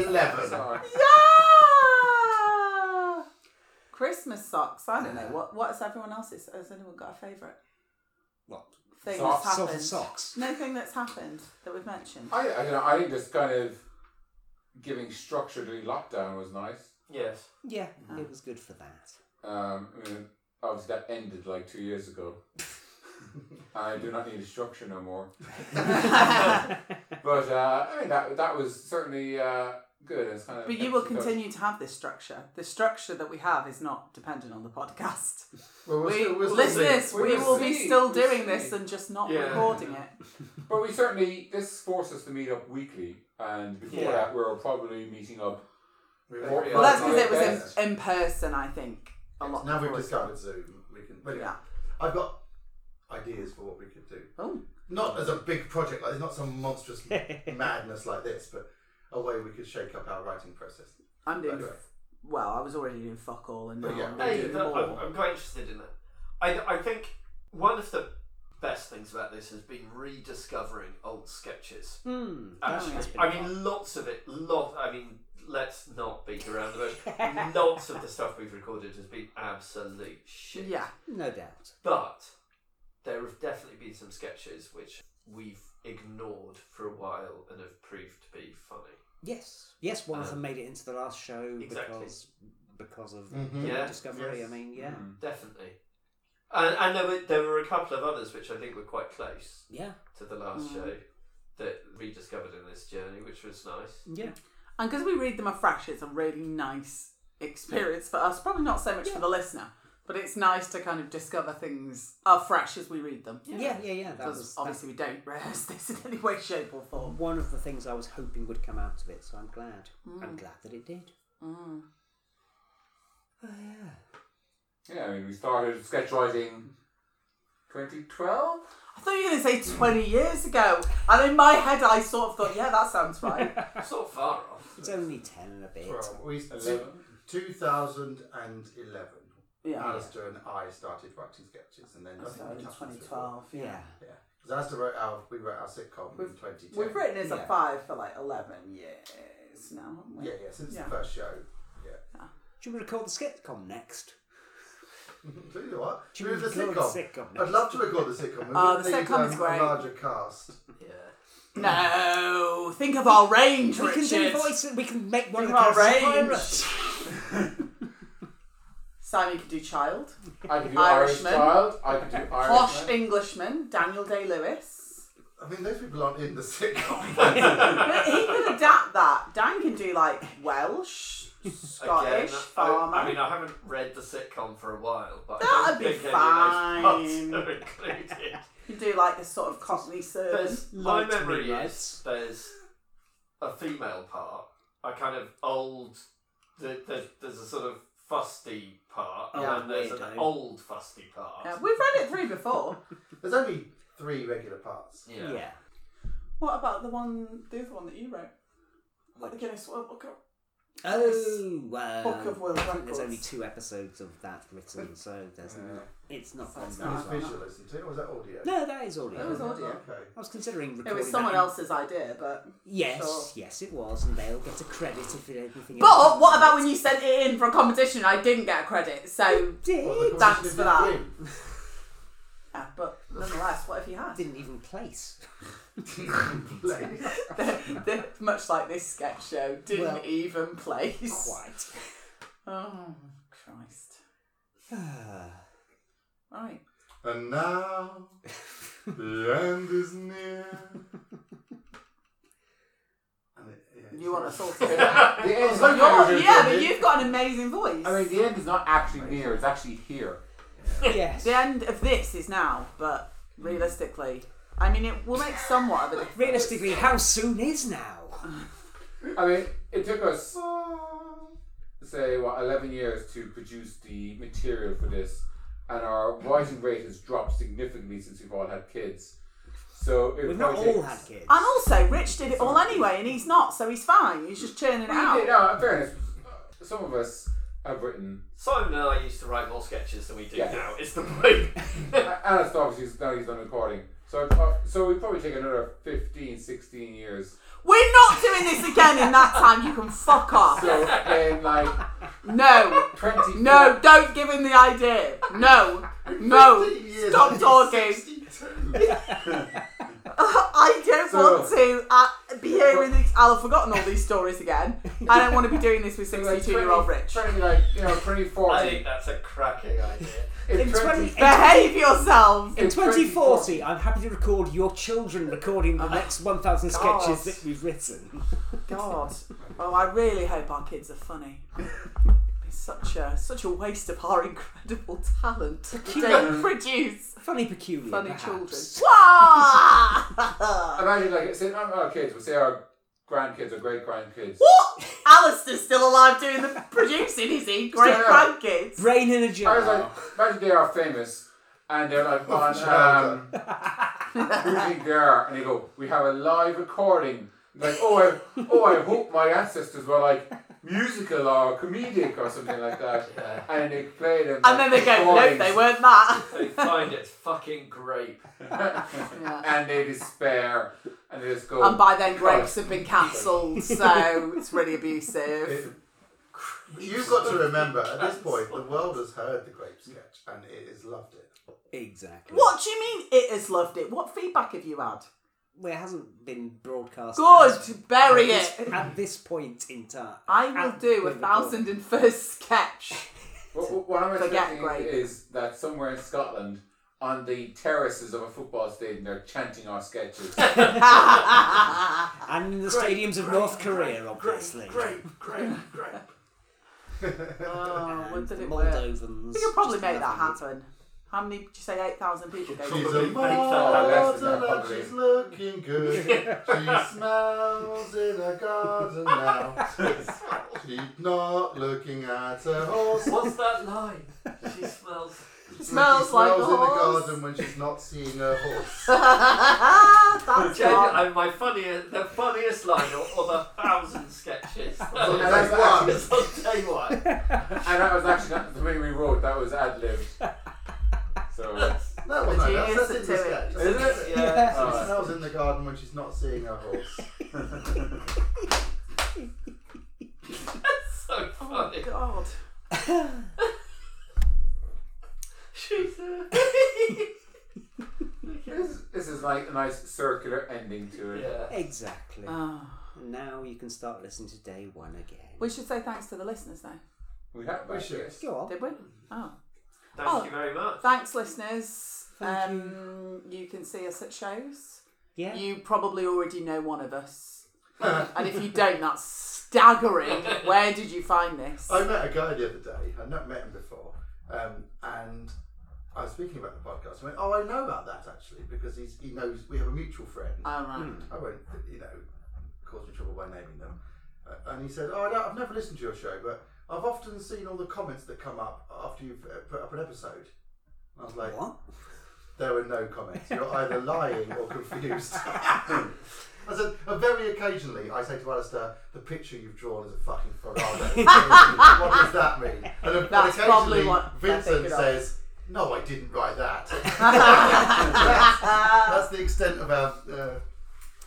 S2: Oh, Christmas socks!
S5: 11.
S2: Yeah! Christmas socks. I don't know. What What's everyone else's? Has anyone got a favourite
S3: What?
S2: thing
S7: Socks.
S2: that's
S3: Soft
S2: happened?
S3: socks.
S2: No thing that's happened that we've mentioned.
S7: I, I- you know, I think this kind of giving structure during lockdown was nice.
S6: Yes.
S3: Yeah,
S2: Ah.
S3: it was good for that.
S7: Um, I mean, obviously that ended like two years ago. I do not need a structure no more. (laughs) but uh, I mean that that was certainly uh, good. It's kind of
S2: But you will continue to have this structure. The structure that we have is not dependent on the podcast.
S5: Well, we're
S2: We,
S5: still- we're still
S2: listeners,
S5: seeing-
S2: we
S7: we're
S2: will be
S7: seeing-
S2: still
S7: we're
S2: doing this
S7: seeing.
S2: and just not
S6: Yeah.
S2: recording it.
S7: But we certainly this forced us to meet up weekly, and before
S6: Yeah.
S7: that we were probably meeting up.
S5: we're-
S7: Well,
S2: Well, that's because
S7: Yeah.
S2: it was in, in person, I think. A lot
S5: Now we've
S2: before.
S5: discovered Zoom, we can. But yeah,
S2: Yeah.
S5: I've got ideas for what we could do.
S2: Oh,
S5: Not as a big project like this, not
S2: (laughs)
S5: some monstrous madness like this, but a way we could shake up our writing process.
S2: I'm doing.
S5: Anyway.
S2: Well, I was already doing fuck all and now
S5: But yeah,
S2: I'm
S5: we
S6: Hey,
S2: doing
S6: Oh, that- I'm,
S2: more.
S6: I'm quite interested in that. I, I think one of the best things about this has been rediscovering old sketches.
S3: Hmm.
S6: Actually,
S2: that's been
S6: I mean, lots of it. Lot. I mean, let's not beat around
S2: (laughs)
S6: the bush. lots of the stuff we've recorded has been absolute shit.
S2: Yeah.
S3: No doubt.
S6: But there have definitely been some sketches which we've ignored for a while and have proved to be funny.
S3: Yes. Yes, one
S2: Ah.
S3: of
S6: Um,
S3: them made it into the last show
S6: exactly.
S3: because because of
S2: Mm-hmm.
S5: Mhm.
S2: Hmm.
S6: Yeah.
S3: discovery.
S5: Yes.
S3: I mean, yeah.
S6: Definitely. And, and there were there were a couple of others which I think were quite close.
S3: Yeah.
S6: to the
S2: Mm.
S6: last show that we discovered in this journey, which was nice.
S2: Mm.
S3: Yeah.
S2: And because we read them afresh, it's a really nice experience for us. Probably not so much for the listener, but it's nice to kind of discover things afresh as we read them.
S3: Yeah, yeah, yeah. That
S2: Because
S3: was that's
S2: obviously we don't rehearse (laughs) this in any way, shape, or form.
S3: one of the things I was hoping would come out of it, so I'm glad. I'm glad that it did.
S2: Mm.
S7: Yeah, I mean we started sketch writing. 2012.
S2: I thought you were going to say 20 years ago. And in my head, I sort of thought, yeah, that sounds (laughs) right.
S6: sort of far off.
S3: It's only ten and a bit.
S5: Well, we,
S7: Eleven.
S5: 2011,
S2: Yeah.
S5: Alistair and I started writing sketches, and then I think we
S2: Started in
S5: touched on this
S2: 2012.
S3: Yeah.
S2: Yeah.
S5: Yeah, because Alistair wrote our we wrote our sitcom in
S2: We've-
S5: 2010.
S2: We've written as a
S3: Yeah.
S2: five for like 11 years now, haven't we?
S5: Yeah, yeah, since
S2: Yeah.
S5: the first show. Yeah.
S3: Should we record the sitcom next?
S5: Do you know what?
S3: Do
S5: Do
S3: you
S5: the
S3: record
S5: sitcom.
S3: sitcom
S5: I'd
S3: next?
S5: love to record the sitcom. We
S2: Oh,
S5: would
S2: the
S5: need,
S2: sitcom is
S5: um,
S2: great.
S5: A larger cast.
S6: Yeah.
S2: No, think of our range,
S3: We can do
S2: Richard.
S3: voice. We can make one
S2: Think
S3: of
S2: of
S3: the
S2: our
S3: characters a
S2: range.
S3: pirate.
S2: (laughs) Simon could do child.
S7: I could do
S2: Irishman.
S7: Irish Child. I could do
S2: Posh
S7: Irishman.
S2: Englishman, Daniel Day Lewis.
S5: I mean, those people aren't in the (laughs) sitcom.
S2: (laughs) But he could adapt that. Dan can do like Welsh, Scottish,
S6: Again,
S2: farmer.
S6: I, I mean, I haven't read the sitcom for a while, but I
S2: That'd
S6: don't
S2: be
S6: think any of those parts are
S2: (laughs)
S6: included.
S2: you can do like a sort of Cockney servant.
S6: There's, my
S3: Light
S6: memory is
S3: rewrites.
S6: there's a female part, a kind of old. there- There's, there's a sort of fusty part, and
S2: Yeah,
S6: then there's
S3: weirdo.
S6: an old fusty part.
S2: Yeah, we've read it through before.
S5: There's only three regular parts.
S6: Yeah.
S3: Yeah.
S2: what about the one, the other one that you wrote? Like the Guinness World Book. of-
S3: Oh, well.
S2: Book of World
S3: I think
S2: Records.
S3: There's only two episodes of that written, so there's not, it's not
S2: So
S3: gone
S2: it's
S3: very
S5: It
S2: not-
S5: was
S3: well.
S5: visual, isn't it? Or was that audio?
S3: No, that is all. it
S2: That
S3: is.
S2: was audio.
S5: Okay.
S3: I was considering
S2: It
S3: recording.
S2: was someone
S3: that.
S2: else's idea, but
S3: Yes,
S2: Sure.
S3: yes, it was, and they'll get a credit if it anything.
S2: But what about when you sent it in for a competition? I didn't get a credit, so
S5: Well, the
S3: did?
S2: Thanks
S5: competition
S2: for that.
S5: didn't win.
S2: yeah, but nonetheless, what if you (laughs) had?
S3: Didn't even place.
S2: They're much like this sketch show, didn't
S3: Well,
S2: even place.
S3: Quite.
S2: Oh Christ! Right.
S5: And now the end is near.
S2: (laughs)
S5: And it- yeah, it's-
S2: You want us all
S7: (laughs)
S2: to do that?
S7: The end is
S2: You're-
S7: not very
S2: yeah,
S7: good,
S2: but
S7: is it?
S2: you've got an amazing voice.
S7: I mean, the end is not actually near. It's actually here.
S3: (sighs) yes.
S2: the end of this is now, but realistically, I mean, it will make somewhat of a difference.
S3: Realistically, how soon is now?
S7: I mean, it took us say what eleven years to produce the material for this, and our writing rate has dropped significantly since we've all had kids. So it
S3: We've not
S7: probably
S3: all
S7: takes-
S3: had kids.
S2: And also, Rich did it all anyway, and he's not, so he's fine. He's just churning it
S7: Yeah,
S2: out.
S7: no, in fairness, some of us have written,
S6: Simon and I used to write more sketches than we do
S7: Yeah.
S6: now. It's the point.
S2: (laughs)
S7: and it's obviously now he's done recording. So, it prob- so we probably take another 15, 16 years.
S2: We're not doing this again in that time. You can fuck off.
S3: (laughs)
S7: So in like
S2: No.
S7: 20.
S2: No, don't give him the idea. No. No.
S5: 15 years
S2: Stop
S5: and
S2: talking.
S5: 62.
S2: I don't
S7: So-
S2: want to uh, be hearing these. I'll have forgotten all these stories again. I don't want to be doing this (laughs) with 62 year old Rich.
S7: Twenty, like you know, 2040.
S6: I think that's a cracking idea.
S7: If
S3: In 20
S2: Behave yourself.
S3: In
S7: It's
S3: 2040, I'm happy to record your children recording the next 1,000
S2: God.
S3: sketches that we've written.
S2: (laughs) God. Oh, I really hope our kids are funny. It's such a such a waste of our incredible (laughs) talent to don't produce
S3: Funny peculiar.
S2: funny
S3: perhaps.
S2: (laughs) children.
S7: Imagine like say not our kids, but say our grandkids or great grandkids.
S2: what? (laughs) Alistair's still alive doing the producing, is he? Great
S7: Still alive.
S2: grandkids.
S3: Brain in a
S7: I was
S3: jar.
S7: like, imagine they are famous and they're like,
S2: Oh,
S7: on,
S5: child.
S7: um, who's in there? And they go, we have a live recording. And Like, oh, I, oh, I hope my ancestors were like musical or comedic or something like that.
S6: Yeah.
S7: And they play them.
S2: And then they go, no, they weren't that.
S6: They find it's fucking grape.
S2: Yeah.
S7: And they despair and they just go.
S2: (laughs) And by then, grapes have been (laughs) cancelled, so it's really abusive.
S5: You've got to remember, at this point, the world has heard the grape sketch and it has loved it.
S3: Exactly.
S2: What do you mean it has loved it? What feedback have you had?
S3: Well, it hasn't been broadcast. as-
S2: Good, bury
S3: at
S2: it.
S3: this, at this point in time.
S2: I will
S3: At
S2: do
S3: the
S2: a thousand
S3: recording.
S2: and first (laughs) sketch.
S7: What, what- what I'm
S2: Forget
S7: expecting
S2: grape.
S7: is that somewhere in Scotland, on the terraces of a football stadium, they're chanting our sketches.
S3: And in the stadiums of North Korea, obviously.
S5: Grape, grape, grape.
S2: Oh, when did
S3: The
S2: it work?
S3: Moldovans.
S2: We could probably
S3: just
S2: make that
S3: loving it.
S2: happen. How many? Did you say eight thousand people? Gave
S5: She's
S2: you? (laughs)
S5: a
S6: Probably baked that
S7: less than
S5: model
S7: that,
S5: and she's looking good.
S7: (laughs)
S5: She smells in her garden
S7: (laughs)
S5: now. She's not looking at her horse.
S6: What's that line? She smells.
S2: It
S5: She
S2: smells like a
S5: smells in the
S2: horse.
S5: garden when she's not seeing her horse.
S2: (laughs) Ah,
S3: (laughs)
S2: That's
S6: Gen-
S2: gone.
S6: and my funniest, the funniest line of, of a thousand (laughs) sketches.
S5: So
S6: That
S5: that's one.
S6: was on day one.
S7: And that was actually not the thing we wrote, that was ad libbed. So,
S5: That one, no, that's, that's in
S2: Listen
S5: the
S2: to it.
S5: sketch.
S6: Is
S5: That's
S6: it?
S5: in the sketch.
S6: Yeah.
S5: She
S7: uh,
S5: smells in the garden when she's not seeing her horse.
S6: so funny.
S2: Oh, God.
S6: She's a- (laughs)
S7: this, this is like a nice circular ending to it.
S6: yeah.
S3: Exactly.
S2: Oh.
S3: And now you can start listening to day one again.
S2: We should say thanks to the listeners now.
S7: We have
S5: We
S7: that.
S5: should.
S3: Go on.
S2: Did we? Oh.
S6: Thank
S2: Oh.
S6: you very much.
S2: Thanks, listeners.
S3: Thank
S2: um, you. can see us at shows.
S3: Yeah.
S2: You probably already know one of
S5: (laughs)
S2: us.
S5: Uh.
S2: and if you don't, that's staggering. Where did you find this?
S5: I met a guy the other day. I'd not met him before, um, and I was speaking about the podcast. I went, "Oh, I know about that actually because he's, he knows we have a mutual friend."
S2: All Oh, right.
S5: I won't, you know, cause me trouble by naming them. Uh, and he said, "Oh, no, I've never listened to your show, but I've often seen all the comments that come up after you've uh, put up an episode." And I was like,
S3: What?
S5: "There were no comments. You're either lying or confused." (laughs) I said, "Uh, very occasionally, I say to Alistair, the picture you've drawn is a fucking Ferrari.
S2: (laughs)
S5: what does that mean?" And, then- and
S2: That's probably
S5: occasionally,
S2: what they're
S5: Vincent
S2: thinking of.
S5: says, "No, I didn't write that."
S2: (laughs)
S5: (laughs) that's, that's the extent of our uh,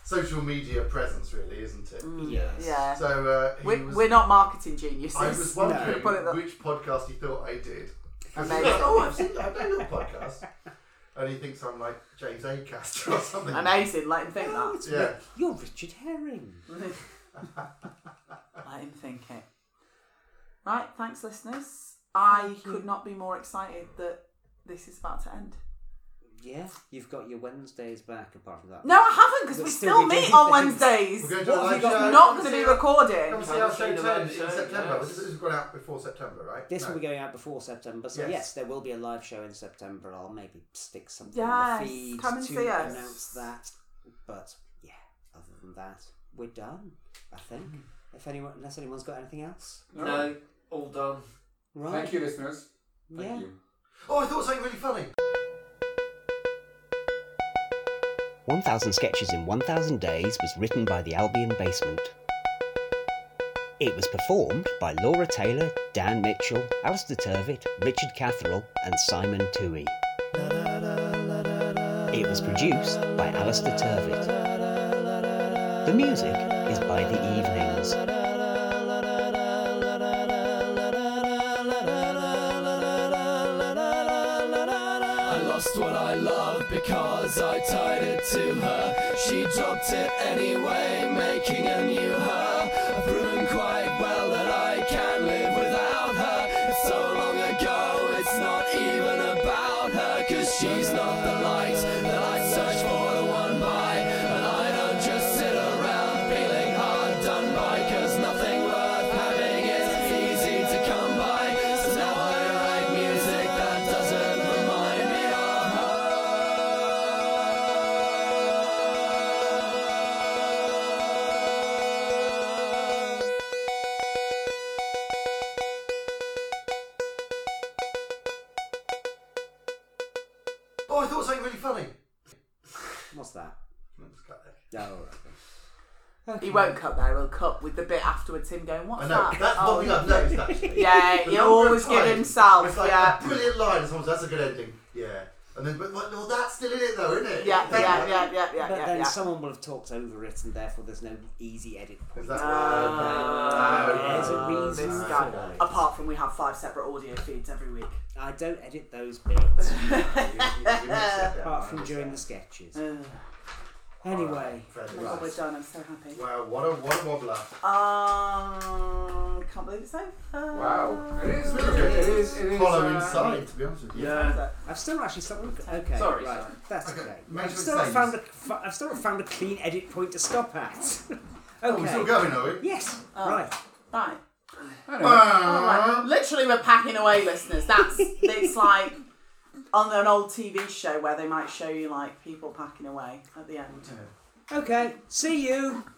S5: social media presence, really, isn't it?
S2: Mm.
S3: Yes.
S2: Yeah.
S5: So uh, he
S2: we,
S5: was,
S2: we're not marketing geniuses. (laughs)
S5: I was
S2: Put
S5: wondering
S2: it that-
S5: which podcast he thought I did. And he
S2: Amazing.
S5: goes, (laughs) oh, I've seen, I know your podcast. And he thinks I'm like James Acaster or something.
S2: Amazing. Let him think
S3: Oh,
S5: (laughs)
S2: that.
S3: it's
S5: Yeah.
S3: Ri- You're Richard Herring.
S2: Let him think it. Right. Thanks, listeners. I could not be more excited that this is about to end.
S3: Yeah. You've got your Wednesdays back apart from that.
S2: No, I haven't because
S3: We'll
S2: we
S3: still
S2: still
S3: be
S2: meet
S3: doing
S2: on
S3: things.
S2: Wednesdays.
S5: We're going to a
S3: What have
S5: live
S3: you got?
S5: show.
S2: Not
S5: Come
S2: going to be
S5: see our- Come
S2: recording.
S5: see our
S6: Haven't
S5: show
S6: seen a live
S5: 10
S6: show,
S5: in September.
S6: yes.
S5: This has gone out before September, right?
S3: This
S5: No.
S3: will be going out before September, so
S5: Yes.
S3: yes. there will be a live show in September. I'll maybe stick something
S2: Yes,
S3: in the feed
S2: come and
S3: to
S2: see us.
S3: announce that. But yeah, other than that, we're done. I think. If anyone, unless anyone's got anything else,
S7: No.
S6: No, all done.
S3: right?
S7: Thank you, listeners. Thank
S3: Yeah.
S7: you.
S5: Oh, I thought something really funny.
S1: 1000 Sketches in 1000 Days was written by the Albion Basement. It was performed by Laura Taylor, Dan Mitchell, Alistair Turvitt, Richard Catherall, and Simon Toohey. It was produced by Alistair Turvitt. The music is by The Evenings.
S4: I lost what I loved because I tied it to her. She dropped it anyway, making a new her. I've proven quite well that I can live without her. It's so long ago, it's not even about her. Cause she's not the light that I search for, the one by. And I don't just sit around feeling hard done by. Cause nothing worth having is easy to come by. So now I write music that doesn't remind me of her.
S5: Oh, I thought something really funny.
S3: What's that?
S5: Let's cut that.
S3: Oh, all right. Okay.
S2: He won't cut there, he'll cut with the bit afterwards him going, What's
S5: I know.
S2: that?
S5: That's
S2: Oh,
S5: one thing I've noticed
S2: (laughs)
S5: actually.
S2: Yeah,
S5: (laughs) The
S2: he'll
S5: number of
S2: always give
S5: times
S2: himself,
S5: It's like
S2: yeah.
S5: a brilliant line. and Someone says, that's a good ending. Yeah. And then, but, but well, that's still in it though, isn't it?
S2: Yeah, yeah, yeah, yeah, yeah, yeah.
S3: But
S2: yeah,
S3: then
S2: yeah.
S3: someone will have talked over it, and therefore there's no easy edit point.
S5: Is that
S2: Ah,
S5: right?
S3: There's a
S2: Ah,
S3: reason
S2: this
S3: for
S2: guy.
S3: that.
S2: Apart from we have five separate audio feeds every
S3: (laughs)
S2: week.
S3: I don't edit
S2: (laughs)
S3: those bits, (laughs) apart
S5: Apart
S3: from during the sketches. Anyway,
S2: Oh, we're
S3: right.
S2: done. I'm so happy.
S5: Wow, what a what a wobbler.
S2: Um, can't believe it's over.
S7: Wow. It is
S5: Really
S7: really
S5: good.
S7: It is. It is.
S5: Follow
S7: uh,
S5: inside, to be honest with you.
S6: Yeah.
S3: I've still not actually something. Okay,
S6: Sorry,
S3: right.
S6: sorry.
S2: (laughs)
S3: That's
S5: Okay,
S3: okay.
S5: make
S3: I've
S5: sure
S3: still
S5: it
S3: not
S5: saves.
S3: found a. fu- I've still not found a clean edit point to stop at.
S5: Oh, we're still
S3: okay.
S5: going, are we?
S3: Yes. Right.
S2: Right.
S7: I know.
S5: Uh-huh.
S2: Alright. Literally, we're packing away, listeners. That's it's like on an old TV show where they might show you like people packing away at the end.
S3: Okay. See you.